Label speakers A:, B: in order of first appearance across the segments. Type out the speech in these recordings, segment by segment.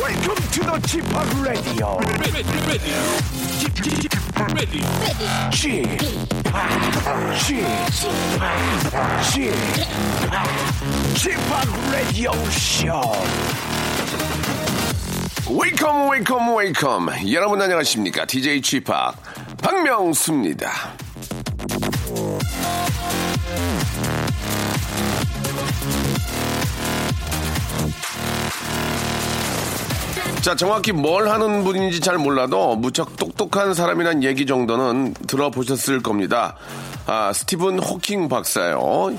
A: Welcome to the Chip Radio. Chip Chip Radio Show.
B: 웨이컴 웨이컴 웨이컴 여러분 안녕하십니까 DJ 취팍 박명수입니다 자 정확히 뭘 하는 분인지 잘 몰라도 무척 똑똑한 사람이란 얘기 정도는 들어보셨을 겁니다 아 스티븐 호킹 박사요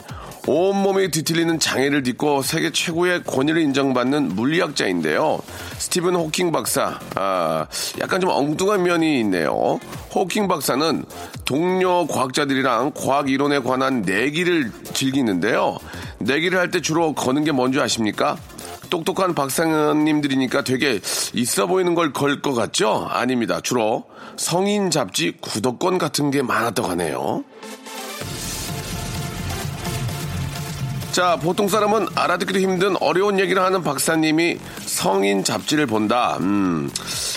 B: 온몸이 뒤틀리는 장애를 딛고 세계 최고의 권위를 인정받는 물리학자인데요. 스티븐 호킹 박사, 아, 약간 좀 엉뚱한 면이 있네요. 호킹 박사는 동료 과학자들이랑 과학 이론에 관한 내기를 즐기는데요. 내기를 할 때 주로 거는 게 뭔지 아십니까? 똑똑한 박사님들이니까 되게 있어 보이는 걸 걸 것 같죠? 아닙니다. 주로 성인 잡지 구독권 같은 게 많았다고 하네요. 자, 보통 사람은 알아듣기도 힘든 어려운 얘기를 하는 박사님이 성인 잡지를 본다. 음,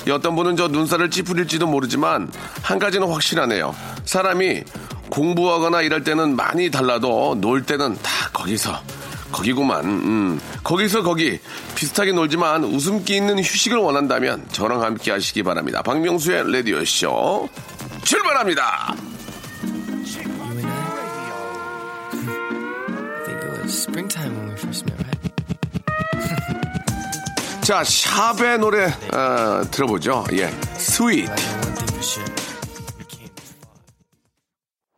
B: 이 어떤 분은 저 눈살을 찌푸릴지도 모르지만 한 가지는 확실하네요. 사람이 공부하거나 일할 때는 많이 달라도 놀 때는 다 거기서 거기구만. 음, 거기서 거기 비슷하게 놀지만 웃음기 있는 휴식을 원한다면 저랑 함께 하시기 바랍니다. 박명수의 라디오 쇼 출발합니다.
C: think it was springtime when we first met, right?
B: 자, 샵의 노래 어, 들어보죠. 예, 스윗.
C: I know one thing for sure. We came this far.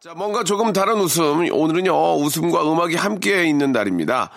B: 자, 뭔가 조금 다른 웃음. 오늘은요, 웃음과 음악이 함께 있는 날입니다.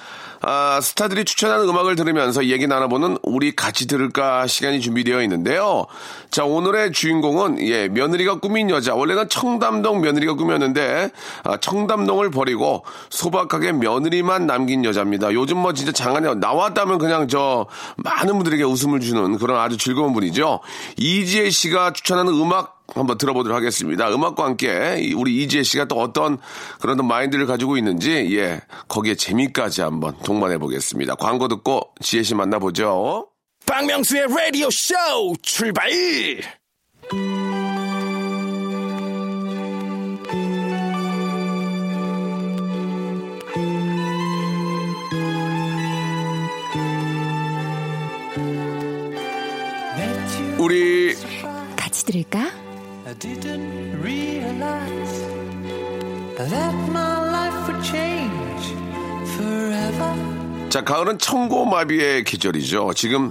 B: 아, 스타들이 추천하는 음악을 들으면서 얘기 나눠보는 우리 같이 들을까 시간이 준비되어 있는데요. 자, 오늘의 주인공은, 예, 며느리가 꾸민 여자. 원래는 청담동 며느리가 꾸몄는데, 아, 청담동을 버리고 소박하게 며느리만 남긴 여자입니다. 요즘 뭐 진짜 장안에 나왔다면 그냥 저 많은 분들에게 웃음을 주는 그런 아주 즐거운 분이죠. 이지혜 씨가 추천하는 음악 한번 들어보도록 하겠습니다. 음악과 함께 이 우리 이지혜 씨가 또 어떤 그런 또 마인드를 가지고 있는지 예 거기에 재미까지 한번 동반해 보겠습니다. 광고 듣고 지혜 씨 만나보죠.
A: 박명수의 Radio Show 출발.
B: 우리
D: 같이 들을까?
C: I didn't realize that my life would change forever.
B: 자 가을은 청고마비의 계절이죠. 지금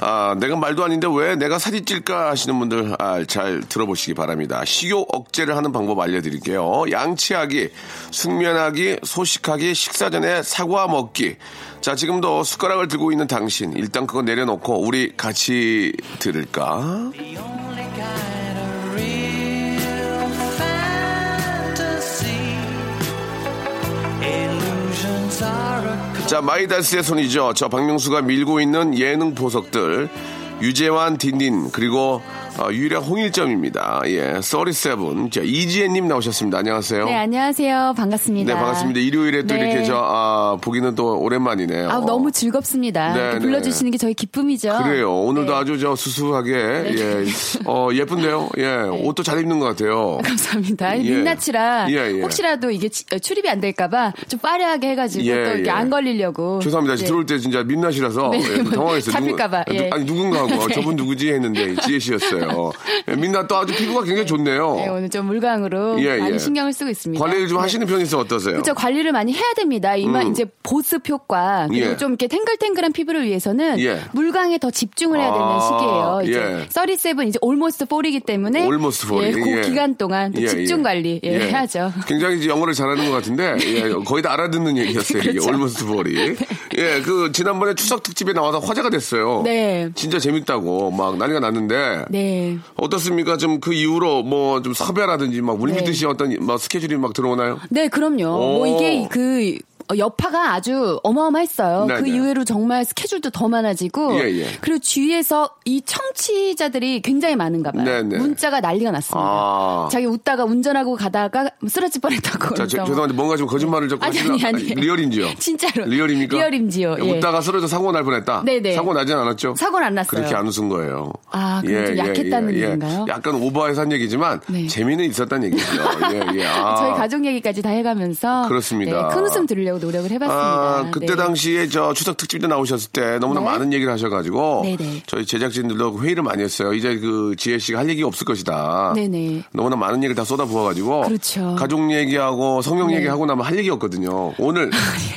B: 아 내가 말도 아닌데 왜 내가 살이 찔까 하시는 분들 아, 잘 들어보시기 바랍니다. 식욕 억제를 하는 방법 알려드릴게요. 양치하기, 숙면하기, 소식하기, 식사 전에 사과 먹기. 자 지금도 숟가락을 들고 있는 당신 일단 그거 내려놓고 우리 같이 들을까?
C: The only kind of real fantasy. Illusions are a
B: 자, 마이다스의 손이죠. 저 박명수가 밀고 있는 예능 보석들. 유재환, 딘딘, 그리고 어, 유일한 홍일점입니다. 예, 37. 자, 이지혜님 나오셨습니다. 안녕하세요.
E: 네 안녕하세요 반갑습니다.
B: 어. 네, 반갑습니다. 일요일에 또
E: 네.
B: 이렇게 저, 아, 보기는 또 오랜만이네요.
E: 아 너무 즐겁습니다.
B: 네,
E: 이렇게
B: 네.
E: 불러주시는 게 저희 기쁨이죠.
B: 그래요.
E: 네.
B: 오늘도 아주 저 수수하게, 예, 어, 예쁜데요? 예,
E: 네.
B: 옷도 잘 입는 것 같아요.
E: 감사합니다. 아니,
B: 예.
E: 민낯이라
B: 예, 예.
E: 혹시라도 이게 치- 어, 출입이 안 될까봐 좀 빠르게 해가지고
B: 예,
E: 또 이렇게
B: 예.
E: 안 걸리려고.
B: 죄송합니다.
E: 네.
B: 들어올 때 진짜 민낯이라서
E: 네.
B: 예, 좀 당황했어요. 누구-
E: 잡힐까봐, 예.
B: 아니 누군가 하고 아,
E: 네.
B: 저분 누구지 했는데 지혜 씨였어요. 거예요. 예, 민나 또 아주 피부가 굉장히 좋네요.
E: 네, 오늘 좀 물광으로
B: 예,
E: 많이
B: 예.
E: 신경을 쓰고 있습니다.
B: 관리를 좀
E: 네.
B: 하시는 편이 있어 어떠세요?
E: 그렇죠 음. 관리를 많이 해야 됩니다. 이만 이제 보습 효과 그리고
B: 예.
E: 좀 이렇게 탱글탱글한 피부를 위해서는
B: 예.
E: 물광에 더 집중을 해야 되는
B: 아,
E: 시기예요.
B: 예.
E: 이제 37 이제 올모스트 4이기 때문에
B: Almost 40,
E: 예, 그
B: 예.
E: 기간 동안 또
B: 예,
E: 집중
B: 예.
E: 관리 예,
B: 예.
E: 해야죠. 네.
B: 굉장히 이제 영어를 잘하는 것 같은데 예, 거의 다 알아듣는 얘기였어요. 이게
E: 그렇죠.
B: 올머스트 볼이. 예, 그 지난번에 추석 특집에 나와서 화제가 됐어요.
E: 네.
B: 진짜 재밌다고 막 난리가 났는데
E: 네.
B: 어떻습니까? 좀 그 이후로 뭐 좀 섭외라든지 막 울미듯이 어떤 막 스케줄이 막 들어오나요?
E: 네, 그럼요.
B: 오.
E: 뭐 이게 그 어, 여파가 아주 어마어마했어요.
B: 네,
E: 그
B: 네.
E: 이후로 정말 스케줄도 더 많아지고
B: 예, 예.
E: 그리고 주위에서 이 청취자들이 굉장히 많은가 봐요.
B: 네, 네.
E: 문자가 난리가 났습니다.
B: 아.
E: 자기 웃다가 운전하고 가다가 쓰러질 뻔했다고.
B: 자, 제-
E: 아, 그래서
B: 죄송한데 뭔가 지금 거짓말을 자꾸
E: 아니,
B: 하시나-
E: 아니, 아니.
B: 리얼인지요?
E: 진짜로.
B: 리얼입니까?
E: 리얼인지요, 예.
B: 웃다가 쓰러져 사고 날 뻔했다.
E: 네네.
B: 사고 나진 않았죠?
E: 사고는 안 났어요.
B: 그렇게 안 웃은 거예요. 예,
E: 아, 그럼 좀 약했다는 얘기인가요?
B: 약간 오버해서 한 얘기지만
E: 네.
B: 재미는 있었다는 얘기죠. 예, 예. 아.
E: 저희 가족 얘기까지 다 해가면서
B: 그렇습니다.
E: 네, 큰 웃음 들으려고 노력을 해봤습니다.
B: 아, 그때
E: 네.
B: 당시에 저 추석 특집도 나오셨을 때 너무나
E: 네.
B: 많은 얘기를 하셔가지고
E: 네네.
B: 저희 제작진들도 회의를 많이 했어요. 이제 그 지혜 씨가 할 얘기 없을 것이다.
E: 네네.
B: 너무나 많은 얘기를 다 쏟아부어가지고
E: 그렇죠. 네.
B: 가족 얘기하고 성형 얘기하고 나면 할 얘기 없거든요. 오늘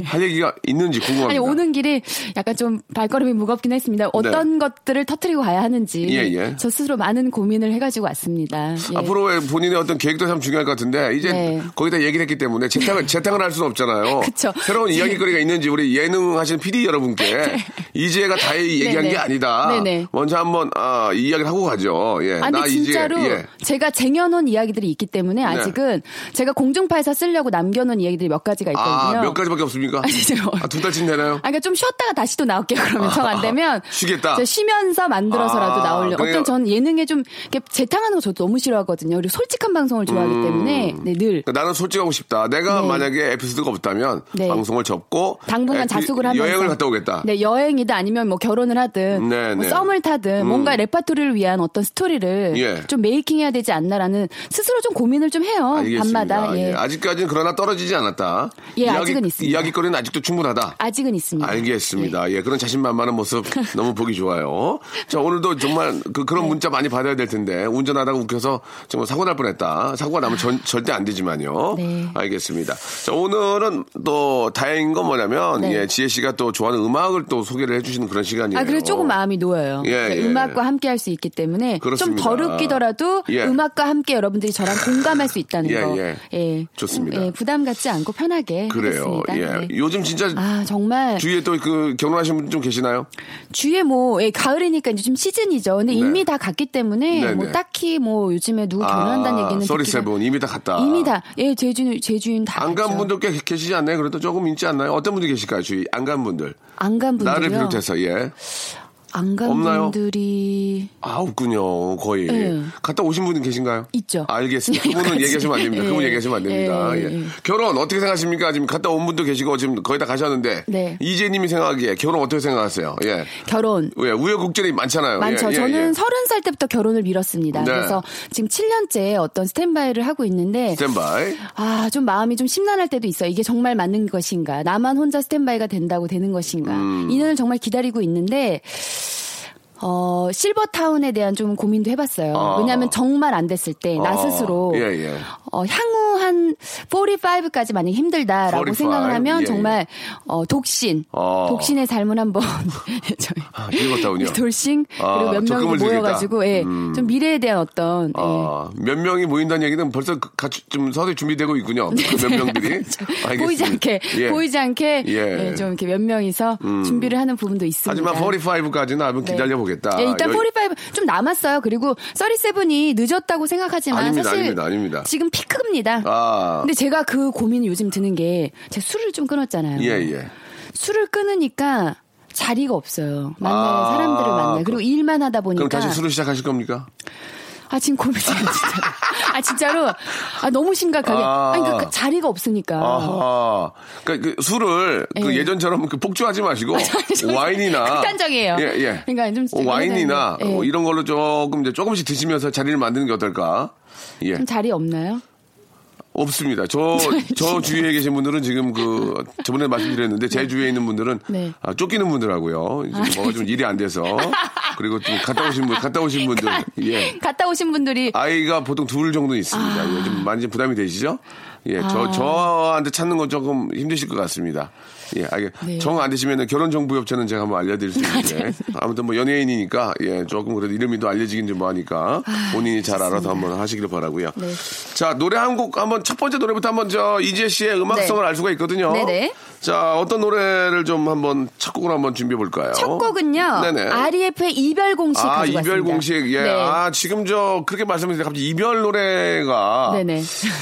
B: 할 얘기가 있는지 궁금합니다.
E: 아, 예. 아니 오는 길이 약간 좀 발걸음이 무겁긴 했습니다. 어떤 것들을 터트리고 가야 하는지
B: 네. 예, 예.
E: 저 스스로 많은 고민을 해가지고 왔습니다. 예.
B: 앞으로의 본인의 어떤 계획도 참 중요할 것 같은데 이제
E: 네.
B: 거기다 얘기를 했기 때문에 재탕을 재탕을 할 수는 없잖아요.
E: 그쵸.
B: 새로운 이야기거리가 있는지 우리 예능 하시는 PD 여러분께 이지혜가 다 얘기한
E: 네. 네네.
B: 게 아니다.
E: 네네.
B: 먼저 한번 아, 이 이야기를 하고 가죠. 예.
E: 아, 근데 진짜로
B: 이지혜, 예. 네.
E: 제가 쟁여놓은 이야기들이 있기 때문에 아직은 제가 공중파에서 쓰려고 남겨놓은 이야기들이 몇 가지가 있거든요.
B: 아, 몇 가지밖에 없습니까?
E: 아니, 제가
B: 아, 두 달쯤 되나요?
E: 아, 그러니까 좀 쉬었다가 다시 또 나올게요. 그러면 정 안 되면
B: 쉬겠다.
E: 제가 쉬면서 만들어서라도
B: 아,
E: 나오려고.
B: 그러니까-
E: 어떤 전 예능에 좀 이렇게 재탕하는 거 저도 너무 싫어하거든요. 그리고 솔직한 방송을 좋아하기
B: 음.
E: 때문에 네, 늘
B: 그러니까 나는 솔직하고 싶다. 내가
E: 네.
B: 만약에 에피소드가 없다면
E: 네.
B: 방송을 접고
E: 당분간
B: 에피- 그
E: 자숙을 하면서
B: 여행을 갔다 오겠다.
E: 네, 여행이든 아니면 뭐 결혼을 하든
B: 네,
E: 뭐
B: 네.
E: 썸을 타든
B: 음.
E: 뭔가 레파토리를 위한 어떤 스토리를
B: 예.
E: 좀 메이킹해야 되지 않나라는 스스로 좀 고민을 좀 해요.
B: 알겠습니다.
E: 밤마다.
B: 예.
E: 예.
B: 아직까지는 그러나 떨어지지 않았다.
E: 예, 아직은 있습니다.
B: 이야기거리는 아직도 충분하다.
E: 아직은 있습니다. 네.
B: 알겠습니다. 예, 그런 자신만만한 모습 너무 보기 좋아요. 자, 오늘도 정말 그,
E: 네.
B: 그런 문자 많이 받아야 될 텐데, 운전하다가 웃겨서 정말 사고 날 뻔했다. 사고가 나면 전- 절대 안 되지만요.
E: 네.
B: 알겠습니다. 자, 오늘은 또 다행인 건 뭐냐면,
E: 네.
B: 예, 지혜 씨가 또 좋아하는 음악을 또 소개를 해주시는 그런 시간이에요.
E: 아, 그래서 조금 마음이 놓여요.
B: 예,
E: 그러니까
B: 예.
E: 음악과 함께 할 수 있기 때문에
B: 그렇습니다.
E: 좀 덜 웃기더라도
B: 예.
E: 음악과 함께 여러분들이 저랑 공감할 수 있다는
B: 예,
E: 거.
B: 예. 좋습니다.
E: 예, 부담 갖지 않고 편하게
B: 그래요.
E: 하겠습니다.
B: 예.
E: 네.
B: 요즘 진짜
E: 아, 정말
B: 주위에 또 그 결혼하신 분 좀 계시나요?
E: 주위에 뭐 예, 가을이니까 이제 좀 시즌이죠. 근데 이미 다 갔기 때문에
B: 네,
E: 뭐
B: 네.
E: 딱히 뭐 요즘에 누구 결혼한다는 얘기는 듣기가-
B: 아, 서리세븐 이미 다 갔다.
E: 이미 다 예, 제 주인 제 주인 다
B: 안 간
E: 갔죠.
B: 분들 꽤 계시지 않나요? 그래도 조금 있지 않나요? 어떤 분들 계실까요? 주위 안 간 분들.
E: 안간 분들요.
B: 나를 비롯해서 예.
E: 안간
B: 없나요?
E: 분들이
B: 아 없군요 거의
E: 예.
B: 갔다 오신 분은 계신가요?
E: 있죠.
B: 알겠습니다. 그분은
E: 여기까지.
B: 얘기하시면 안 됩니다. 그분
E: 예.
B: 얘기하시면 안 됩니다.
E: 예,
B: 예.
E: 예.
B: 결혼 어떻게 생각하십니까? 지금 갔다 온 분도 계시고 지금 거의 다 가셨는데
E: 네.
B: 이재님이 생각하기에 결혼 어떻게 생각하세요? 예,
E: 결혼
B: 왜 우여곡절이 많잖아요.
E: 많죠.
B: 예, 예,
E: 저는
B: 예.
E: 서른 살 때부터 결혼을 미뤘습니다.
B: 네.
E: 그래서 지금 7년째 어떤 스탠바이를 하고 있는데
B: 스탠바이.
E: 아, 좀 마음이 좀 심란할 때도 있어요. 이게 정말 맞는 것인가? 나만 혼자 스탠바이가 된다고 되는 것인가?
B: 음.
E: 인연을 정말 기다리고 있는데 어, 실버타운에 대한 좀 고민도 해봤어요.
B: 아.
E: 왜냐하면 정말 안 됐을 때, 나
B: 아.
E: 스스로.
B: 예, 예.
E: 어, 향후 한 45까지 만약 힘들다라고
B: 45,
E: 생각을 하면
B: 예, 예.
E: 정말, 어, 독신.
B: 아.
E: 독신의 삶을 한번. 저희
B: 아, 실버타운이요?
E: 돌싱.
B: 아,
E: 그리고 몇 명이
B: 적금을 들겠다.
E: 모여가지고, 예. 좀 미래에 대한 어떤. 예.
B: 아, 몇 명이 모인다는 얘기는 벌써 그- 같이 좀 서서히 준비되고 있군요. 몇 명들이. 알겠습니다.
E: 네. 보이지 않게
B: 예.
E: 보이지 않게
B: 예. 음.
E: 예, 좀 이렇게 몇 명이서 준비를 하는 부분도 있습니다.
B: 하지만 45까지는 한번 기다려보겠다.
E: 네. 예, 일단
B: 여-
E: 45좀 남았어요. 그리고 37이 늦었다고 생각하지만
B: 아닙니다,
E: 사실
B: 아닙니다, 아닙니다.
E: 지금 피크입니다.
B: 아.
E: 근데 제가 그 고민이 요즘 드는 게 제가 술을 좀 끊었잖아요.
B: 예, 예.
E: 술을 끊으니까 자리가 없어요. 만날
B: 아,
E: 사람들을 만나. 그리고 일만 하다 보니까
B: 그럼 다시 술을 시작하실 겁니까?
E: 아 지금 고민이 진짜로. 아 진짜로 아 너무 심각하게.
B: 아.
E: 아, 니 그러니까 그 자리가 없으니까.
B: 아하. 그러니까 그 술을 그
E: 예.
B: 예전처럼 그 폭주하지 마시고 와인이나
E: 극단적이에요.
B: 예, 예.
E: 그러니까 좀
B: 어, 와인이나
E: 예.
B: 어, 이런 걸로 조금 이제 조금씩 드시면서 자리를 만드는 게 어떨까? 예.
E: 좀 자리 없나요?
B: 없습니다. 저, 저 주위에 계신 분들은 지금 그, 저번에 말씀드렸는데, 제 주위에 있는 분들은,
E: 네. 아,
B: 아, 쫓기는 분들하고요. 이제 뭐가 좀 일이 안 돼서. 그리고 좀 갔다 오신 분, 갔다 오신 분들.
E: 그러니까
B: 예.
E: 갔다 오신 분들이
B: 아이가 보통 둘 정도 있습니다. 예, 좀 많이 좀 부담이 되시죠? 예, 저,
E: 아.
B: 저한테 찾는 건 조금 힘드실 것 같습니다. 예, 알겠,
E: 네.
B: 정 안 되시면 결혼정보협회는 제가 한번 알려드릴 수 있는데. 아무튼 뭐 연예인이니까, 예, 조금 그래도 이름이 또 알려지긴 좀 뭐하니까 본인이 잘 알아서 한번 하시길 바라고요
E: 네.
B: 자, 노래 한 곡 한번 첫 번째 노래부터 한번 저 이지혜 씨의 음악성을
E: 네.
B: 알 수가 있거든요.
E: 네네.
B: 자, 어떤 노래를 좀 한번 첫 곡으로 한번 준비해 볼까요?
E: 첫 곡은요.
B: 어? 네네.
E: REF의 이별 공식
B: 아,
E: 가지고
B: 이별
E: 왔습니다.
B: 공식. 예.
E: 네.
B: 아, 지금 저 그렇게 말씀하시는데 갑자기 이별 노래가
E: 네네.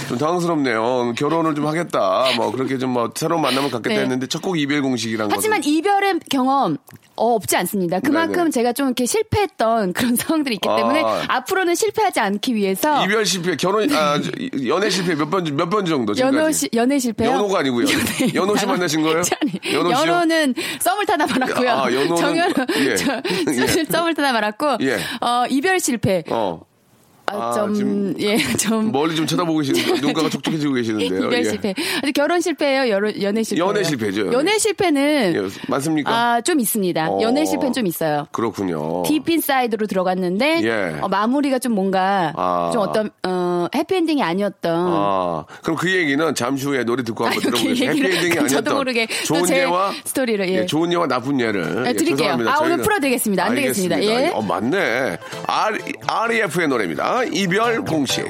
B: 좀 당황스럽네요. 결혼을 좀 하겠다. 뭐 그렇게 좀 뭐 새로운 만남을 갖겠다
E: 네.
B: 했는데 첫 곡 이별 공식이란 거.
E: 하지만 이별의 경험 어, 없지 않습니다. 그만큼
B: 네네.
E: 제가 좀 이렇게 실패했던 그런 상황들이 있기 때문에
B: 아.
E: 앞으로는 실패하지 않기 위해서
B: 이별 실패, 결혼 아 저, 연애 실패 몇 번 몇 번 정도 지금까지?
E: 연호 씨, 연애 실패요?
B: 연호가 아니고요. 연호 씨 만나신 거예요? 연호 씨요?
E: 연호 는 썸을 타다 말았고요.
B: 아, 연호는-
E: 정연호
B: 예.
E: 저-
B: 예.
E: 썸을 타다 말았고
B: 예.
E: 어, 이별 실패.
B: 어. 아,
E: 아, 좀
B: 지금 뭐
E: 예, 좀
B: 멀리 좀 쳐다보고 계시는 눈가가 촉촉해지고 계시는데요.
E: 이별
B: 예.
E: 실패. 아니, 결혼 실패예요. 연, 연애 실패.
B: 연애 실패죠, 연애.
E: 연애 실패는
B: 예, 맞습니까?
E: 아, 좀 있습니다.
B: 어.
E: 연애 실패는 좀 있어요.
B: 그렇군요.
E: 딥인 사이드로 들어갔는데
B: 예.
E: 어, 마무리가 좀 뭔가
B: 아.
E: 좀 어떤 어, 해피엔딩이 아니었던
B: 아, 그럼 그 얘기는 잠시 후에 노래 듣고 한번
E: 아유, 그
B: 들어보겠습니다.
E: 얘기를
B: 해피엔딩이
E: 저도
B: 아니었던
E: 모르게 또
B: 좋은
E: 제
B: 예와
E: 스토리를, 예.
B: 좋은 예와 나쁜 예를
E: 아, 드릴게요.
B: 죄송합니다.
E: 아, 오늘
B: 저희는-
E: 풀어드리겠습니다. 안 되겠습니다.
B: 알겠습니다.
E: 예.
B: 어, 맞네. R, REF의 노래입니다. 이별 공식.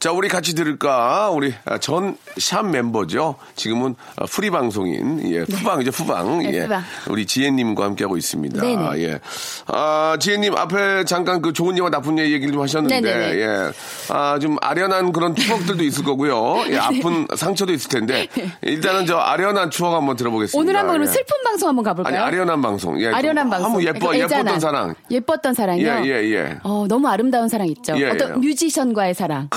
B: 자, 우리 같이 들을까? 우리 아, 전샵 멤버죠. 지금은 아, 프리 방송인 예, 후방이죠, 후방.
E: 네,
B: 예.
E: 후방.
B: 우리 지혜님과 함께하고 있습니다.
E: 네네.
B: 예. 아, 지혜님 앞에 잠깐 그 좋은 예와 나쁜 예 얘기를 좀 하셨는데,
E: 네네네.
B: 예. 아, 좀 아련한 그런 추억들도 있을 거고요. 예, 아픈 상처도 있을 텐데, 일단은 저 아련한 추억 한번 들어보겠습니다.
E: 오늘 한번 그럼
B: 예.
E: 슬픈 방송 한번
B: 아니,
E: 가볼까요?
B: 아련한 방송. 예.
E: 아련한
B: 좀
E: 방송.
B: 한번 예뻐,
E: 그러니까
B: 예뻤던
E: 애잔한,
B: 사랑.
E: 예뻤던 사랑이요.
B: 예, 예, 예.
E: 어, 너무 아름다운 사랑 있죠.
B: 예,
E: 어떤
B: 예.
E: 뮤지션과의 사랑.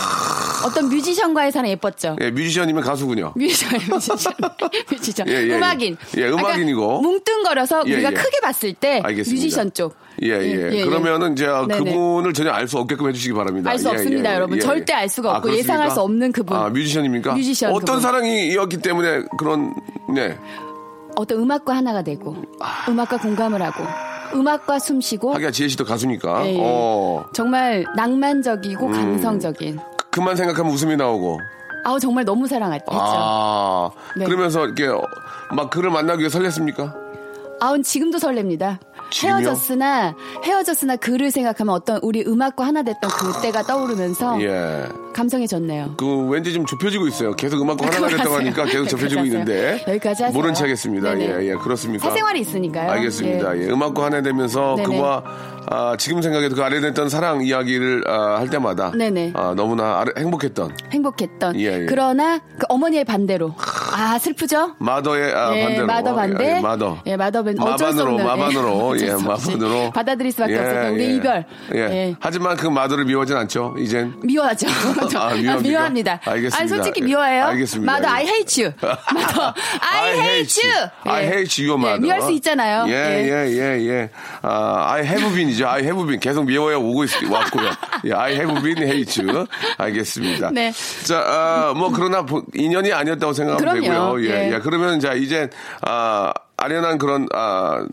E: 어떤 뮤지션과의 사랑 예뻤죠.
B: 예, 뮤지션이면 가수군요.
E: 뮤지션, 뮤지션, 뮤지션.
B: 예, 예, 예.
E: 음악인.
B: 예, 음악인이고.
E: 그러니까 뭉뚱거려서
B: 예,
E: 우리가
B: 예.
E: 크게 봤을 때
B: 알겠습니다.
E: 뮤지션 쪽.
B: 예, 예. 그러면은 이제
E: 네네.
B: 그분을 전혀 알 수 없게끔 해주시기 바랍니다.
E: 알수
B: 예,
E: 없습니다,
B: 예,
E: 여러분.
B: 예, 예.
E: 절대 알 수가
B: 아,
E: 없고
B: 그렇습니까?
E: 예상할 수 없는 그분.
B: 아, 뮤지션입니까?
E: 뮤지션
B: 어떤
E: 그분.
B: 사랑이었기 때문에 그런, 네.
E: 어떤 음악과 하나가 되고 음악과 공감을 하고 음악과 숨쉬고
B: 아. 하기야 지혜 씨도 가수니까.
E: 어? 예, 예.
B: 어.
E: 정말 낭만적이고
B: 음.
E: 감성적인
B: 그- 그만 생각하면 웃음이 나오고.
E: 아우 정말 너무 사랑했죠. 아.
B: 아.
E: 네.
B: 그러면서 이렇게 어, 막 그를 만나기 위해 설렜습니까?
E: 아우 지금도 설렙니다.
B: 지금요?
E: 헤어졌으나 헤어졌으나 그를 생각하면 어떤 우리 음악과 하나 됐던 그때가 떠오르면서
B: 예.
E: 감성해졌네요.
B: 그 왠지 좀 좁혀지고 있어요. 계속 음악과 하나가 됐다고
E: 아, 그만하세요.
B: 하니까 계속 좁혀지고
E: 여기까지
B: 있는데.
E: 하세요. 여기까지 하세요.
B: 모른 척하겠습니다.
E: 네네.
B: 예, 예. 그렇습니까?
E: 사생활이 있으니까요. 네.
B: 알겠습니다. 예, 음악과 하나 되면서
E: 네네.
B: 그와 아, 지금 생각해도 그 아련했던 사랑 이야기를 아, 할 때마다
E: 네네.
B: 아, 너무나 아래- 행복했던
E: 행복했던.
B: 예, 예.
E: 그러나 그 어머니의 반대로 아 슬프죠.
B: 마더의 아,
E: 예,
B: 반대로
E: 마더 반대.
B: 예, 마더
E: 예, 마더 반 어쩔 수
B: 마반으로
E: 없는,
B: 마반으로
E: 예,
B: 예,
E: 어쩔 수 없이
B: 마반으로
E: 받아들일 수밖에 없었던 우리 이별.
B: 예.
E: 예.
B: 하지만 그 마더를 미워하진 않죠. 이젠
E: 미워하죠.
B: 아,
E: 아,
B: 미워합니까?
E: 미워합니다.
B: 알겠습니다.
E: 아니, 솔직히
B: 예.
E: 미워해요.
B: 알겠습니다.
E: 마더
B: 예.
E: I hate you. 마더 I hate you.
B: I
E: 예.
B: hate you,
E: 예,
B: mother.
E: 미워할 수 있잖아요.
B: 예,
E: 예.
B: 예, 예, 예. 아, I have been이죠. I have been. 계속 미워해 오고 있, 왔고요. 예, I have been hate you. 알겠습니다.
E: 네.
B: 자, 아, 뭐, 그러나 보- 인연이 아니었다고 생각하면
E: 그럼요.
B: 되고요. 예,
E: 예.
B: 예. 그러면 자, 이제, 아, 아련한 그런, 아,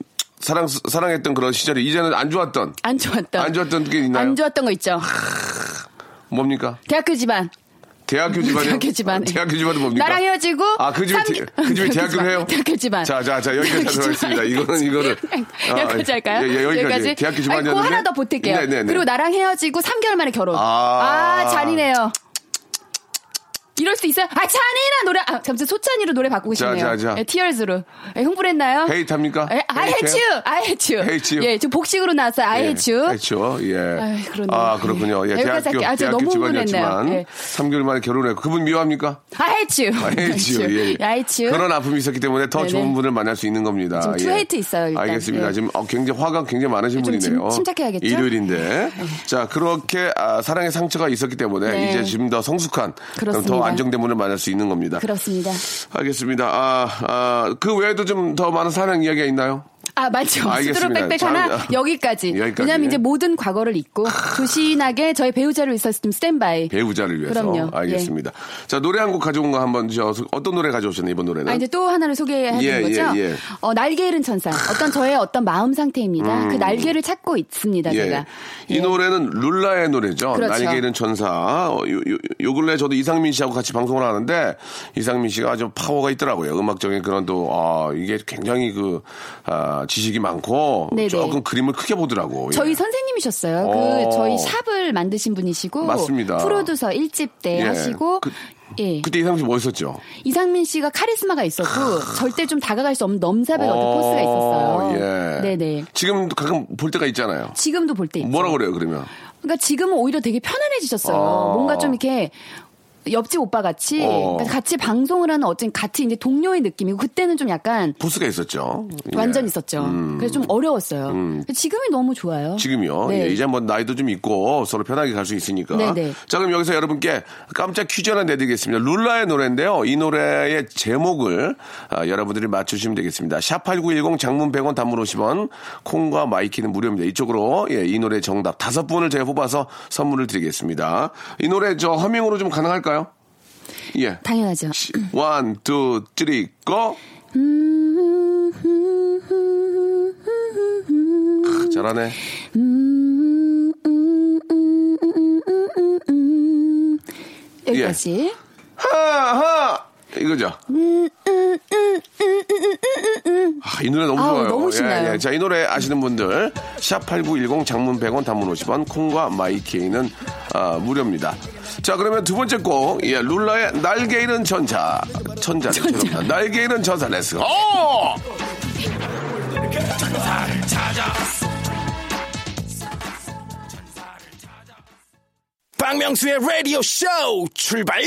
B: 사랑, 사랑했던 그런 시절이 이제는 안 좋았던,
E: 안 좋았던.
B: 안 좋았던 게 있나요?
E: 안 좋았던 거 있죠.
B: 뭡니까?
E: 대학교 그 집안.
B: 대학교 집안이요?
E: 대학교 집안.
B: 아, 대학교 집안은 뭡니까?
E: 나랑 헤어지고
B: 아, 그 집에,
E: 삼-
B: 대- 그 집에 대학교를 해요?
E: 대학교 집안.
B: 자, 자, 자, 여기까지
E: 대학교
B: 하도록 하겠습니다.
E: 집안.
B: 이거는, 이거는. 아,
E: 여기까지 할까요?
B: 예, 예, 여기까지. 대학교 집안이었는데.
E: 아니, 그거 하나 더 보탤게요.
B: 네, 네, 네.
E: 그리고 나랑 헤어지고 3개월 만에 결혼.
B: 아.
E: 아, 잔이네요. 이럴 수 있어요? 아, 잔이나 노래, 아, 잠시 소찬이로 노래 바꾸고
B: 자,
E: 싶네요.
B: 자, 자.
E: 예, 티얼즈로. 예, 흥분했나요?
B: 헤이트 합니까?
E: 예, I
B: 헤이트요?
E: hate you! I hate you!
B: Hate you.
E: 예, 저 복식으로 나왔어요.
B: 예.
E: I hate you.
B: 했죠. 예.
E: 아, 아유, 그러네요.
B: 아, 그렇군요. 예,
E: 예, 여기까지
B: 대학교,
E: 할게요. 아, 저
B: 대학교
E: 너무
B: 집안이었지만
E: 흥분했네요. 예.
B: 3개월 만에 결혼했고 그분 미워합니까?
E: I hate you!
B: 아, 헤이츠요. 예.
E: 예, I hate you.
B: 그런 아픔이 있었기 때문에 더
E: 네네.
B: 좋은 분을 만날 수 있는 겁니다. 예.
E: 지금 투 헤이트 있어요, 일단.
B: 알겠습니다.
E: 예.
B: 지금 어, 굉장히 화가 굉장히 많으신
E: 좀 침-
B: 분이네요.
E: 침착해야겠죠? 예.
B: 일요일인데. 자, 그렇게 아, 사랑의 상처가 있었기 때문에
E: 네.
B: 이제 지금 더 성숙한, 그럼 더
E: 그렇습니다.
B: 안정된 분을 만날 수 있는 겁니다.
E: 그렇습니다.
B: 알겠습니다. 아, 아, 그 외에도 좀 더 많은 사랑 이야기가 있나요?
E: 아 맞죠. 스스로
B: 알겠습니다.
E: 빽빽 하나
B: 자,
E: 여기까지.
B: 여기까지.
E: 왜냐하면 이제 모든 과거를 잊고 조신하게 저의 배우자로 있었으면 스탠바이.
B: 배우자를 위해서.
E: 그럼요. 예.
B: 알겠습니다. 자, 노래 한 곡 가져온 거 한번 저 어떤 노래 가져오셨나요, 이번 노래는?
E: 아, 이제 또 하나를 소개해야
B: 예,
E: 되는 거죠?
B: 예, 예.
E: 어, 날개 잃은 천사. 어떤 저의 어떤 마음 상태입니다. 그 날개를 찾고
B: 예.
E: 있습니다, 제가.
B: 이 노래는 룰라의 노래죠.
E: 예. 그렇죠.
B: 날개 잃은 천사. 어, 요, 요, 요 근래 저도 이상민 씨하고 같이 방송을 하는데 이상민 씨가 아주 파워가 있더라고요. 음악적인 그런 또 아, 이게 굉장히 그 아, 지식이 많고
E: 네네.
B: 조금 그림을 크게 보더라고. 예.
E: 저희 선생님이셨어요.
B: 어.
E: 그 저희 샵을 만드신 분이시고
B: 맞습니다.
E: 프로듀서 1집 때
B: 예.
E: 하시고
B: 그-
E: 예.
B: 그때 이상민 씨 멋있었죠.
E: 이상민 씨가 카리스마가 있었고 절대 좀 다가갈 수 없는 넘사벽
B: 아. 어,
E: 어떤 포스가 있었어요.
B: 예.
E: 네네.
B: 지금 가끔 볼 때가 있잖아요.
E: 지금도 볼 때 있죠.
B: 뭐라 그래요, 그러면?
E: 그러니까 지금은 오히려 되게 편안해지셨어요.
B: 어.
E: 뭔가 좀 이렇게 옆집 오빠 같이
B: 어.
E: 그러니까 같이 방송을 하는 어쩐 같이 이제 동료의 느낌이고 그때는 좀 약간
B: 보스가 있었죠. 예. 음.
E: 완전 있었죠. 그래서 좀 어려웠어요. 지금이 너무 좋아요.
B: 지금요.
E: 네.
B: 예, 이제 뭐 나이도 좀 있고 서로 편하게 갈 수 있으니까.
E: 네네.
B: 자, 그럼 여기서 여러분께 깜짝 퀴즈 하나 내드리겠습니다. 룰라의 노래인데요. 이 노래의 제목을 아, 여러분들이 맞추시면 되겠습니다. 샵8910 장문 100원 단문 50원 콩과 마이키는 무료입니다. 이쪽으로 예, 이 노래 정답 다섯 분을 제가 뽑아서 선물을 드리겠습니다. 이 노래 저 허밍으로 좀 가능할까요? 예.
E: 당연하죠. 음,
B: 원, 투, 쓰리, 고!
E: 음,
B: 크, 잘하네.
E: 음,
B: 예.
E: 여기까지.
B: 하하 이거죠. 아, 이 노래 너무
E: 아우,
B: 좋아요. 예.
E: 너무 신나요.
B: 자, 이 노래 아시는 분들 샵8910 장문 100원 단문 50원 콩과 마이케이는 아, 무료입니다. 자, 그러면 두 번째 곡. 예, 룰라의 날개 잃은 천자. 천자. 죄송합니다. 날개 잃은 천사 레스. 어!
A: 박명수의 라디오 쇼 출발!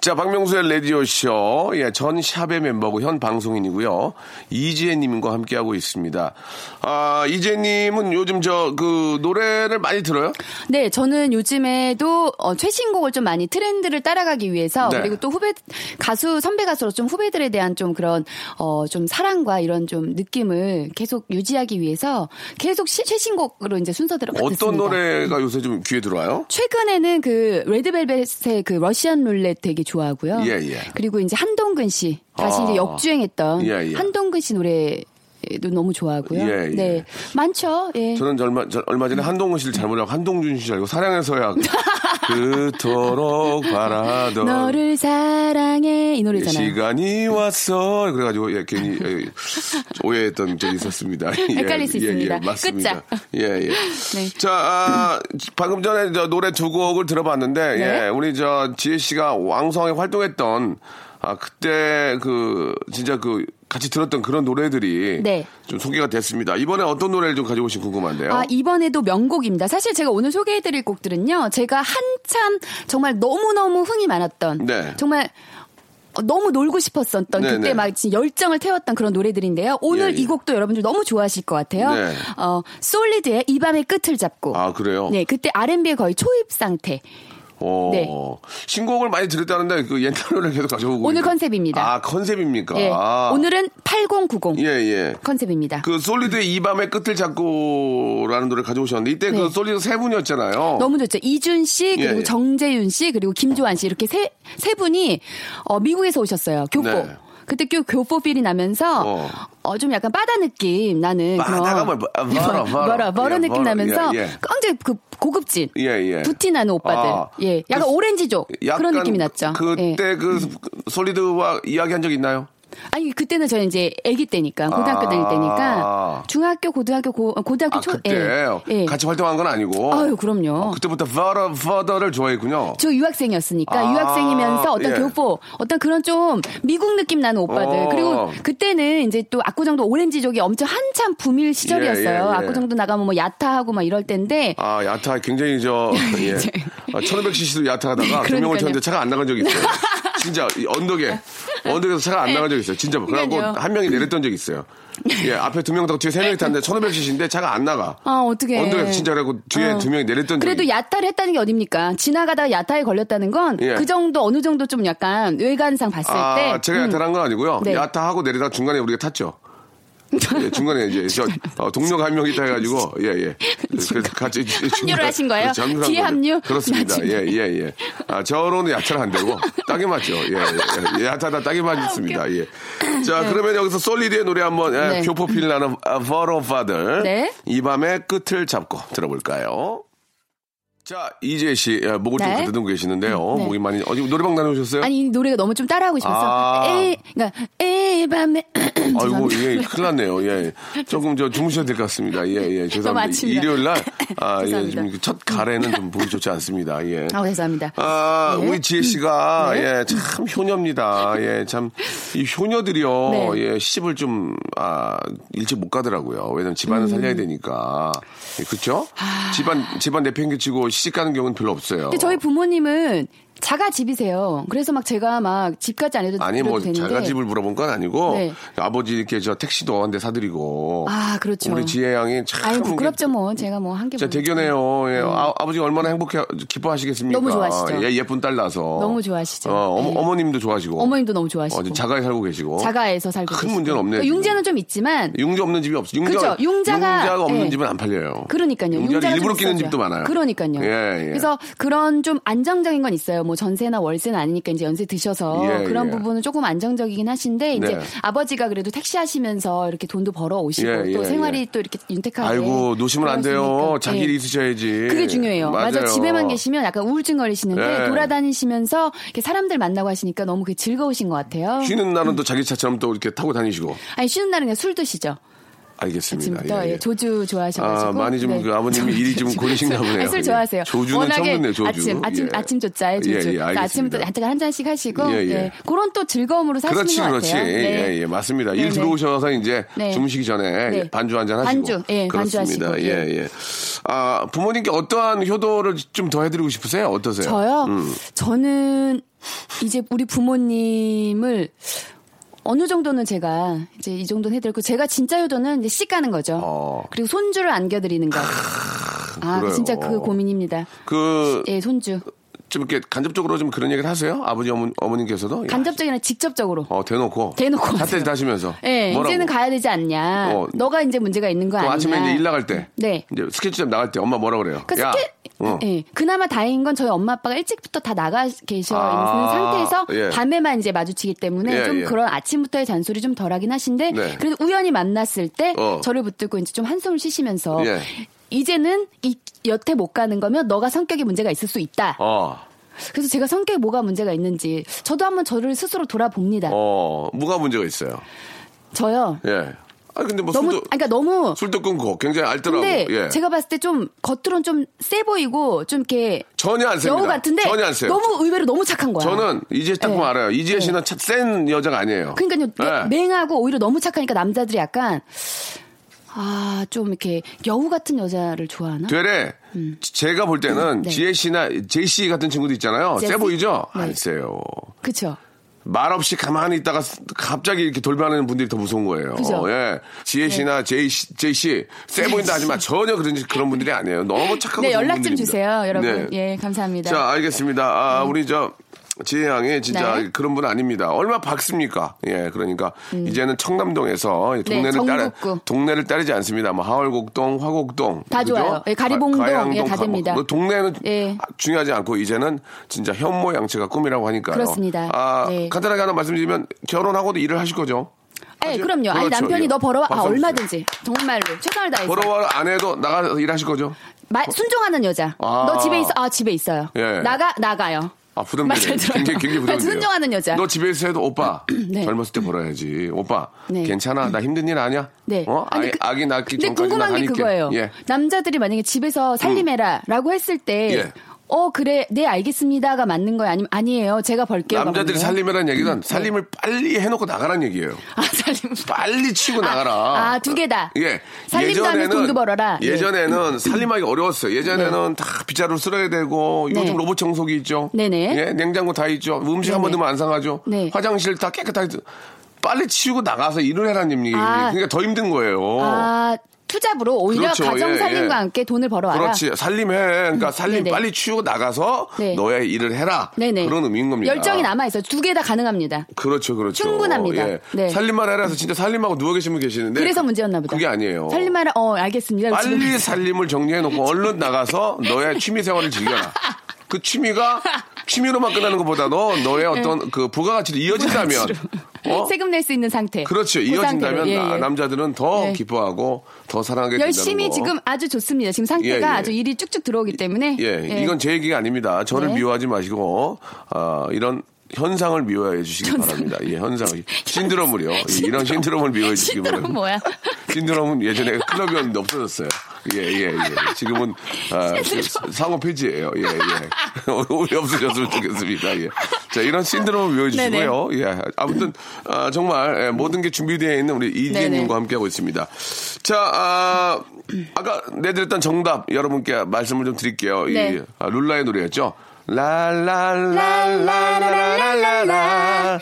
B: 자, 박명수의 라디오쇼. 예, 전 샵의 멤버고, 현 방송인이고요. 이지혜님과 함께하고 있습니다. 아, 이지혜님은 요즘 저, 그, 노래를 많이 들어요?
E: 네, 저는 요즘에도 어, 최신곡을 좀 많이 트렌드를 따라가기 위해서
B: 네.
E: 그리고 또 후배 가수 선배 가수로 좀 후배들에 대한 좀 그런 어 좀 사랑과 이런 좀 느낌을 계속 유지하기 위해서 계속 시- 최신곡으로 이제 순서대로
B: 어떤
E: 바꿨습니다.
B: 노래가 요새 좀 귀에 들어와요?
E: 최근에는 그 레드벨벳의 그 러시안 룰렛 되게 좋아하고요.
B: 예, 예.
E: 그리고 이제 한동근 씨 다시
B: 아.
E: 이제 역주행했던
B: 예, 예.
E: 한동근 씨 노래도 너무 좋아하고요.
B: 예, 예.
E: 네, 많죠. 예.
B: 저는 저 얼마, 저 얼마
E: 음.
B: 전에 한동훈 씨를 잘못 알고 한동준 씨 알고 사랑해서야 그토록 바라던
E: 너를 사랑해 이 노래잖아요.
B: 시간이 왔어 그래가지고 예, 괜히 예, 오해했던 적이 있었습니다. 예,
E: 헷갈릴 수
B: 예, 예,
E: 있습니다.
B: 맞습니다.
E: 끝자. 네.
B: 예, 예. 자, 아, 방금 전에 저 노래 두 곡을 들어봤는데
E: 네.
B: 예, 우리 저 지혜 씨가 왕성하게 활동했던 아 그때 그 진짜 그 같이 들었던 그런 노래들이
E: 네.
B: 좀 소개가 됐습니다. 이번에 어떤 노래를 좀 가져오신 궁금한데요.
E: 아, 이번에도 명곡입니다. 사실 제가 오늘 소개해드릴 곡들은요, 제가 한참 정말 너무너무 흥이 많았던,
B: 네.
E: 정말 어, 너무 놀고 싶었었던
B: 네, 네.
E: 그때 막 진짜 열정을 태웠던 그런 노래들인데요. 오늘
B: 예, 예.
E: 이 곡도 여러분들 너무 좋아하실 것 같아요.
B: 네.
E: 어, 솔리드의 이 밤의 끝을 잡고.
B: 아, 그래요?
E: 네, 그때 R&B의 거의 초입 상태.
B: 어,
E: 네.
B: 신곡을 많이 들었다는데 그 옛날 노래를 계속 가져오고
E: 오늘
B: 있는-
E: 컨셉입니다.
B: 아 컨셉입니까?
E: 예.
B: 아.
E: 오늘은
B: 예
E: 8090
B: 예.
E: 컨셉입니다.
B: 그 솔리드의 이 밤의 끝을 잡고라는 노래 가져오셨는데 이때 그
E: 네.
B: 솔리드 세 분이었잖아요.
E: 너무 좋죠. 이준 씨 그리고
B: 어. 예, 예.
E: 정재윤 씨 그리고 김조한 씨 이렇게 세 세 분이 어, 미국에서 오셨어요. 교포.
B: 네.
E: 그때 교, 교포 필이 나면서
B: 어.
E: 어. 좀 약간 바다 느낌 나는 네,
B: 바다가 뭐, 뭘, 바- 바로, 바로.
E: 바로 바로
B: 예,
E: 느낌
B: 바로.
E: 나면서
B: 예, 예.
E: 굉장히 그 고급진
B: 예, 예.
E: 부티 나는 오빠들
B: 아,
E: 예 약간
B: 그
E: 오렌지족 그런 느낌이 났죠.
B: 그때
E: 예.
B: 그 솔리드와 이야기한 적 있나요?
E: 아니 그때는 저는 이제 아기 때니까 고등학교
B: 아.
E: 다닐 때니까 중학교 고등학교 고, 고등학교
B: 아
E: 초
B: 그때
E: 예. 예.
B: 같이 활동한 건 아니고.
E: 아유 그럼요.
B: 어, 그때부터 파더 파더를 좋아했군요.
E: 저 유학생이었으니까
B: 아,
E: 유학생이면서 어떤
B: 예.
E: 교포 어떤 그런 좀 미국 느낌 나는 오빠들
B: 어.
E: 그리고 그때는 이제 또 압구정도 오렌지족이 엄청 한참 붐일 시절이었어요
B: 예, 예, 예.
E: 압구정도 나가면 뭐 야타하고 막 이럴 때인데
B: 아, 야타 굉장히 저, 예.
E: 이제.
B: 아, 1500cc도 야타하다가
E: 네,
B: 조명을
E: 그러니까요.
B: 쳤는데 차가 안 나간 적이 있어요. 진짜, 이 언덕에. 언덕에서 차가 안 나간 적이 있어요. 진짜. 뭐 그래갖고
E: 네. 그러니까요.
B: 한 명이 내렸던 적이 있어요. 예, 앞에 두 명, 더 뒤에 세 명이 탔는데 1500cc인데 차가 안 나가.
E: 네. 아 어떻게 어.
B: 언덕에서 진짜 그래갖고 뒤에 두 명이 내렸던
E: 그래도
B: 적이
E: 야타를 했다는 게 어딥니까 지나가다가 야타에 걸렸다는 건 그
B: 예.
E: 정도 어느 정도 좀 약간 외관상 봤을
B: 아,
E: 때
B: 제가
E: 음.
B: 야타를 한 건 아니고요.
E: 네.
B: 야타하고 내리다 중간에 우리가 탔죠. 예, 중간에 이제 저 어, 동료가 한 명이 다 해가지고 예예. 그래서 같이 중간에
E: 하신 거예요?
B: 그렇지, 합류를 한
E: 뒤에
B: 거죠.
E: 합류?
B: 그렇습니다.
E: 나중에.
B: 예예 예, 아 저로는 야채를 안 되고 딱에 맞죠. 예, 예, 예 야타다 딱에
E: 아,
B: 맞습니다. 예. 자 그러면 여기서 솔리드의 노래 한번 예,
E: 네.
B: 교포필 나는 아, Follow Father
E: 네.
B: 이 밤의 끝을 잡고 들어볼까요? 자 이재 씨 예, 목을 좀
E: 네.
B: 가다듬고 계시는데요.
E: 네.
B: 목이 많이 어디 노래방 다녀오셨어요?
E: 아니 이 노래가 너무 좀 따라하고 싶어서
B: 아.
E: 에이 그러니까 에이 밤에
B: 아이고,
E: 죄송합니다.
B: 예, 큰일 났네요. 예. 조금 저 주무셔야 될 것 같습니다. 예, 예. 죄송합니다.
E: 아침이라.
B: 일요일 날, 아, 예,
E: 죄송합니다.
B: 지금 첫 가래는 좀 보기 좋지 않습니다. 예.
E: 아 죄송합니다.
B: 아,
E: 네.
B: 우리 지혜 씨가, 예, 참 효녀입니다. 예, 참, 이 효녀들이요,
E: 네.
B: 예, 시집을 좀, 아, 일찍 못 가더라고요. 왜냐면 집안을
E: 음.
B: 살려야 되니까. 예, 그렇죠 집안, 집안 내팽개치고 시집 가는 경우는 별로 없어요.
E: 아. 근데 저희 부모님은 자가 집이세요. 그래서 막 제가 막 집까지 안 해도
B: 아니,
E: 그래도
B: 뭐,
E: 되는데.
B: 자가 집을 물어본 건 아니고,
E: 네.
B: 아버지께 저 택시도 한 대 사드리고,
E: 아 그렇죠.
B: 뭐 우리 지혜 양이 참.
E: 아유
B: 이게
E: 부끄럽죠 뭐 제가 뭐 한게
B: 진짜 대견해요. 예. 아, 아버지 얼마나 행복해 기뻐하시겠습니까?
E: 너무 좋아하시죠.
B: 예, 예쁜 딸 낳아서.
E: 너무 좋아하시죠.
B: 어, 어머,
E: 예.
B: 어머님도 좋아하시고.
E: 어머님도 너무 좋아하시고
B: 어, 지금 자가에 살고 계시고.
E: 자가에서 살고
B: 큰
E: 계시고.
B: 문제는 없네요,
E: 그러니까 융자는 좀 있지만
B: 융자 없는 집이 없어. 융자,
E: 그죠? 융자가-
B: 융자가 없는
E: 예.
B: 집은 안 팔려요.
E: 그러니까요.
B: 융자를
E: 융자가 좀
B: 일부러 끼는
E: 비싸죠.
B: 집도 많아요.
E: 그러니까요.
B: 예, 예.
E: 그래서 그런 좀 안정적인 건 있어요. 뭐 전세나 월세는 아니니까 이제 연세 드셔서
B: 예,
E: 그런
B: 예.
E: 부분은 조금 안정적이긴 하신데 이제
B: 네.
E: 아버지가 그래도 택시 하시면서 이렇게 돈도 벌어 오시고
B: 예,
E: 또
B: 예,
E: 생활이
B: 예.
E: 또 이렇게 윤택하게
B: 아이고, 노시면 안 돼요.
E: 예. 그러시니까.
B: 자기
E: 예.
B: 일이 있으셔야지.
E: 그게 중요해요. 맞아.
B: 맞아요.
E: 집에만 계시면 약간 우울증 거리시는데
B: 예.
E: 돌아다니시면서 이렇게 사람들 만나고 하시니까 너무 그 즐거우신 것 같아요.
B: 쉬는 날은 또 자기 차처럼 또 이렇게 타고 다니시고.
E: 아니 쉬는 날은 그냥 술 드시죠.
B: 알겠습니다.
E: 아침부터 예, 조주 좋아하셔가지고
B: 아, 많이 좀
E: 네.
B: 그 아버님이 일이 좀 고르신가 보네요.
E: 아, 술
B: 예.
E: 좋아하세요.
B: 조주는
E: 워낙에
B: 처음 듣네요, 조주.
E: 아침 아침
B: 예.
E: 아침 조자에 조주.
B: 예, 예,
E: 그러니까
B: 알겠습니다.
E: 아침부터 한한 잔씩 하시고
B: 예,
E: 예,
B: 예.
E: 그런 또 즐거움으로 사시는
B: 그렇지,
E: 것 같아요.
B: 그렇지.
E: 네.
B: 예, 예, 맞습니다.
E: 네,
B: 일
E: 네.
B: 들어오셔서 이제
E: 네.
B: 주무시기 전에
E: 네.
B: 반주 한 잔 하시고.
E: 반주, 예,
B: 그렇습니다.
E: 반주하시고,
B: 예, 예. 아, 부모님께 어떠한 효도를 좀 더 해드리고 싶으세요? 어떠세요? 음,
E: 저요. 저는 이제 우리 부모님을 어느 정도는 제가 이제 이 정도는 해드렸고 제가 진짜 효도는 이제 씻 가는 거죠.
B: 어.
E: 그리고 손주를 안겨드리는 거. 아,
B: 그래요. 어.
E: 진짜 그 고민입니다.
B: 그,
E: 예, 손주.
B: 좀 이렇게 간접적으로 좀 그런 얘기를 하세요? 아버지, 어머, 어머님께서도? 야,
E: 간접적이나 직접적으로.
B: 어, 대놓고.
E: 대놓고
B: 삿대질
E: 하세요.
B: 다시면서.
E: 예,
B: 뭐라고?
E: 이제는 가야 되지 않냐.
B: 어.
E: 너가 이제 문제가 있는 거
B: 그럼
E: 아니냐.
B: 아침에 이제 일 나갈 때.
E: 네.
B: 이제 스케치점 나갈 때 엄마 뭐라 그래요?
E: 그
B: 야.
E: 스케...
B: 어.
E: 예, 그나마 다행인 건 저희 엄마 아빠가 일찍부터 다 나가 계셔
B: 아,
E: 있는 상태에서
B: 예.
E: 밤에만 이제 마주치기 때문에
B: 예,
E: 좀
B: 예.
E: 그런 아침부터의 잔소리 좀 덜하긴 하신데
B: 네.
E: 그래도 우연히 만났을 때
B: 어.
E: 저를 붙들고 이제 좀 한숨을 쉬시면서
B: 예.
E: 이제는 이 여태 못 가는 거면 너가 성격에 문제가 있을 수 있다.
B: 어.
E: 그래서 제가 성격에 뭐가 문제가 있는지 저도 한번 저를 스스로 돌아봅니다.
B: 어. 뭐가 문제가 있어요?
E: 저요.
B: 예. 아 근데 뭐
E: 너무
B: 술도
E: 아, 그러니까 너무
B: 술도 끊고 굉장히 알뜰하고
E: 근데
B: 예.
E: 제가 봤을 때 좀 겉으론 좀 세 보이고 좀 이렇게
B: 전혀 안 셉니다.
E: 여우 같은데
B: 전혀 안 세요.
E: 너무 의외로 너무 착한 거야.
B: 저는 이제 딱
E: 예.
B: 보면 알아요. 이지혜 씨는 참센 여자가 아니에요.
E: 그러니까요 네,
B: 예.
E: 맹- 맹하고 오히려 너무 착하니까 남자들이 약간 아 좀 이렇게 여우 같은 여자를 좋아하나?
B: 되레 제가 볼 때는
E: 음. 네.
B: 지혜 씨나 제시 같은 친구도 있잖아요. 세
E: 제시?
B: 보이죠?
E: 네.
B: 안 세요.
E: 그쵸?
B: 말 없이 가만히 있다가 갑자기 이렇게 돌변하는 분들이 더 무서운 거예요.
E: 그죠? 네.
B: 예. 지혜 씨나 제이 씨, 제이 씨, 세 보인다 하지만 전혀 그런 그런 분들이 아니에요. 너무 착하고
E: 네
B: 좋은
E: 연락 좀
B: 분들입니다.
E: 주세요
B: 네.
E: 여러분. 예 감사합니다.
B: 자, 알겠습니다. 아, 우리 저 지혜 양이 진짜
E: 네.
B: 그런 분 아닙니다. 얼마 박습니까? 예, 그러니까 이제는 청남동에서 이 동네를 따르
E: 음. 정북구.
B: 동네를 따르지 않습니다. 뭐 하월곡동, 화곡동
E: 다
B: 그죠?
E: 좋아요. 예, 가리봉동, 예, 다
B: 가-
E: 됩니다.
B: 뭐 동네는
E: 예.
B: 중요하지 않고 이제는 진짜 현모양체가 꿈이라고 하니까요.
E: 그렇습니다.
B: 아,
E: 네.
B: 간단하게 하나 말씀드리면 결혼하고도 일을 하실 거죠?
E: 예,
B: 아주-
E: 그럼요. 아니
B: 그렇죠.
E: 남편이
B: 예.
E: 너 벌어와 아
B: 박수 한번
E: 얼마든지 정말로 최선을 다해서
B: 벌어와 안 해도 나가서 일하실 거죠?
E: 마- 순종하는 여자.
B: 아.
E: 너 집에 있어? 아 집에 있어요.
B: 예.
E: 나가 나가요.
B: 아 부담돼요.
E: 맞아요, 들어요.
B: 굉장히 굉장히 부담돼요.
E: 순종하는 여자.
B: 너 집에서 해도 오빠
E: 네.
B: 젊었을 때 벌어야지. 오빠
E: 네.
B: 괜찮아 나 힘든 일 아니야.
E: 네.
B: 어?
E: 아니,
B: 아기,
E: 그-
B: 아기 낳기
E: 근데
B: 전까지 나
E: 궁금한 게
B: 다닐게.
E: 그거예요.
B: 예. 음.
E: 남자들이 만약에 집에서 살림해라라고 했을 때,
B: 예.
E: 어 그래, 네 알겠습니다가 맞는 거예요? 아니면 아니에요? 제가 벌게요. 음, 네.
B: 남자들이 살림이라는 얘기는 살림을 빨리 해놓고 나가란 얘기예요.
E: 아 살림.
B: 빨리 치고
E: 아,
B: 나가라.
E: 아, 두개 다.
B: 예.
E: 살림도 하면서 돈도 벌어라. 예.
B: 예전에는 살림하기 어려웠어요. 예전에는 다 빗자루 쓸어야 되고 요즘
E: 네.
B: 로봇 청소기 있죠.
E: 네네.
B: 예, 냉장고 다 있죠. 음식 한 번
E: 네네.
B: 넣으면 안 상하죠.
E: 네.
B: 화장실 다 깨끗하게 빨리 치우고 나가서 일을 해라는 얘기.
E: 아.
B: 그러니까 더 힘든 거예요.
E: 아 투잡으로 오히려
B: 그렇죠.
E: 가정
B: 예,
E: 살림과
B: 예.
E: 함께 돈을 벌어와라. 음.
B: 그렇지. 살림해. 그러니까 살림
E: 네네.
B: 빨리 치우고 나가서
E: 네.
B: 너의 일을 해라.
E: 네네.
B: 그런 의미인 겁니다.
E: 열정이 남아있어요. 두 개 다 가능합니다.
B: 그렇죠, 그렇죠.
E: 충분합니다.
B: 예.
E: 네.
B: 살림만 해라서 진짜 살림하고 누워 계시면 계시는데.
E: 그래서 문제였나 보다.
B: 그게 아니에요.
E: 살림하라, 어, 알겠습니다. 지금.
B: 빨리 살림을 정리해놓고 얼른 나가서 너의 취미 생활을 즐겨라. 그 취미가 취미로만 끝나는 것보다도 너의 어떤 그 부가가치로 이어진다면 어?
E: 네. 세금 낼 수 있는 상태.
B: 그렇죠.
E: 그
B: 이어진다면
E: 상태로. 예,
B: 나-
E: 예.
B: 남자들은 더
E: 예.
B: 기뻐하고 더 사랑하게 된다는
E: 열심히
B: 거.
E: 지금 아주 좋습니다. 지금 상태가
B: 예, 예.
E: 아주 일이 쭉쭉 들어오기 때문에.
B: 예, 이건 제 얘기가 아닙니다. 저를
E: 네.
B: 미워하지 마시고 아, 이런 현상을 미워해 주시기 바랍니다. 예, 현상을. 신드롬을요. 예, 이런 신드롬을 미워해 주시기
E: 신드롬
B: 바랍니다.
E: 뭐야?
B: 신드롬은 예전에 클럽이었는데 없어졌어요. 예, 예, 예. 지금은 아, 상호 폐지예요. 예, 예. 오해 없으셨으면 좋겠습니다. 예. 자, 이런 신드롬을 미워해 주시고요. 예. 아무튼 아, 정말 예, 모든 게 준비되어 있는 우리 이지혜님과 함께하고 있습니다. 자, 아, 아까 내드렸던 정답 여러분께 말씀을 좀 드릴게요. 이,
E: 네.
B: 아, 룰라의 노래였죠. 라라라라라라라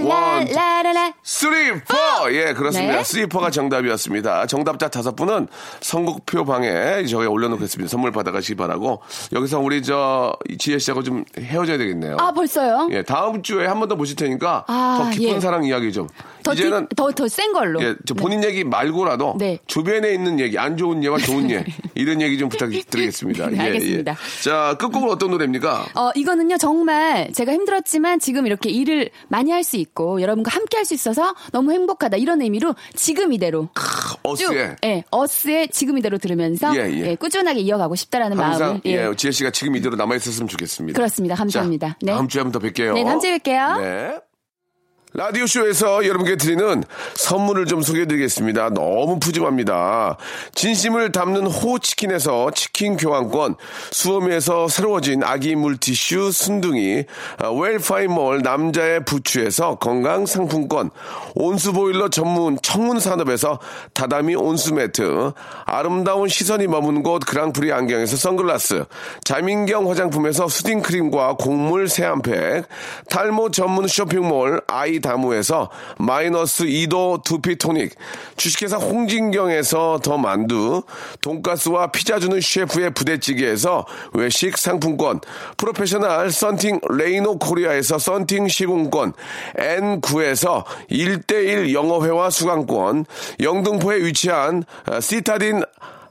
B: 원,
E: 라라라라라라.
B: 쓰리, 포! 예, 그렇습니다.
E: 네.
B: 쓰리, 포가 정답이었습니다. 정답자 다섯 분은 선곡표 방에 저기 올려놓겠습니다. 선물 받아가시기 바라고. 여기서 우리 저, 지혜 씨하고 좀 헤어져야 되겠네요.
E: 아, 벌써요?
B: 예, 다음 주에 한 번 더 보실 테니까
E: 아,
B: 더 깊은
E: 예.
B: 사랑 이야기 좀.
E: 더,
B: 이제는
E: 더, 더 센 걸로.
B: 예, 저 본인 얘기 말고라도
E: 네.
B: 주변에 있는 얘기, 안 좋은 예와 좋은 예 이런 얘기 좀 부탁드리겠습니다.
E: 네,
B: 예,
E: 알겠습니다.
B: 예. 자, 끝곡은 어떤 노래입니까?
E: 어, 이거는요, 정말 제가 힘들었지만 지금 이렇게 일을 많이 할 수 있고 여러분과 함께 할 수 있어서 너무 행복하다. 이런 의미로 지금 이대로. 쭉,
B: 어스의
E: 예, 어스의 지금 이대로 들으면서
B: 아, 예, 예.
E: 예, 꾸준하게 이어가고 싶다라는
B: 항상
E: 마음을. 예.
B: 예, 지혜 씨가 지금 이대로 남아 있었으면 좋겠습니다.
E: 그렇습니다. 감사합니다.
B: 자,
E: 네.
B: 다음 주에 한 번 더 뵐게요.
E: 네, 다음 주에 뵐게요.
B: 네. 라디오 쇼에서 여러분께 드리는 선물을 좀 소개해드리겠습니다. 너무 푸짐합니다. 진심을 담는 호치킨에서 치킨 교환권, 수험에서 새로워진 아기 물티슈 순둥이, 아, 웰파이몰 남자의 부추에서 건강 상품권, 온수 보일러 전문 청문 산업에서 다다미 온수 매트, 아름다운 시선이 머문 곳 그랑프리 안경에서 선글라스, 자민경 화장품에서 수딩 크림과 곡물 세안팩, 탈모 전문 쇼핑몰 아이다무에서 마이너스 2도 두피 토닉, 주식회사 홍진경에서 더 만두, 돈가스와 피자 주는 셰프의 부대찌개에서 외식 상품권, 프로페셔널 썬팅 레이노 코리아에서 썬팅 시공권, N9에서 1대1 영어회화 수강권, 영등포에 위치한 아, 시타딘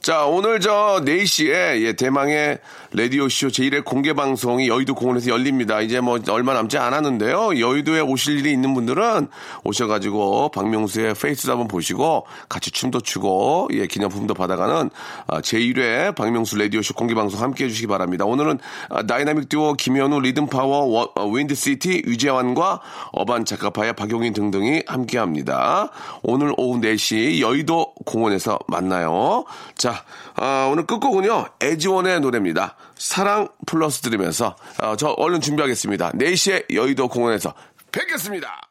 B: 자, 오늘 저 4시에 예, 대망의 라디오쇼 제1회 공개방송이 여의도 공원에서 열립니다. 이제 뭐 얼마 남지 않았는데요. 여의도에 오실 일이 있는 분들은 오셔가지고 박명수의 페이스도 한번 보시고 같이 춤도 추고 예, 기념품도 받아가는 아, 제1회 박명수 라디오쇼 공개방송 함께 해주시기 바랍니다. 오늘은 아, 다이나믹 듀오 김현우, 리듬파워, 워- 어, 윈드시티, 유재환과 어반 작가파의 박용인 등등이 함께합니다. 오늘 오후 4시 여의도 공원에서 만나요. 자, 아, 오늘 끝곡은요 에지원의 노래입니다. 사랑 어, 네 플러스 들으면서 아, 저 얼른 준비하겠습니다. 4시에 여의도 공원에서 뵙겠습니다.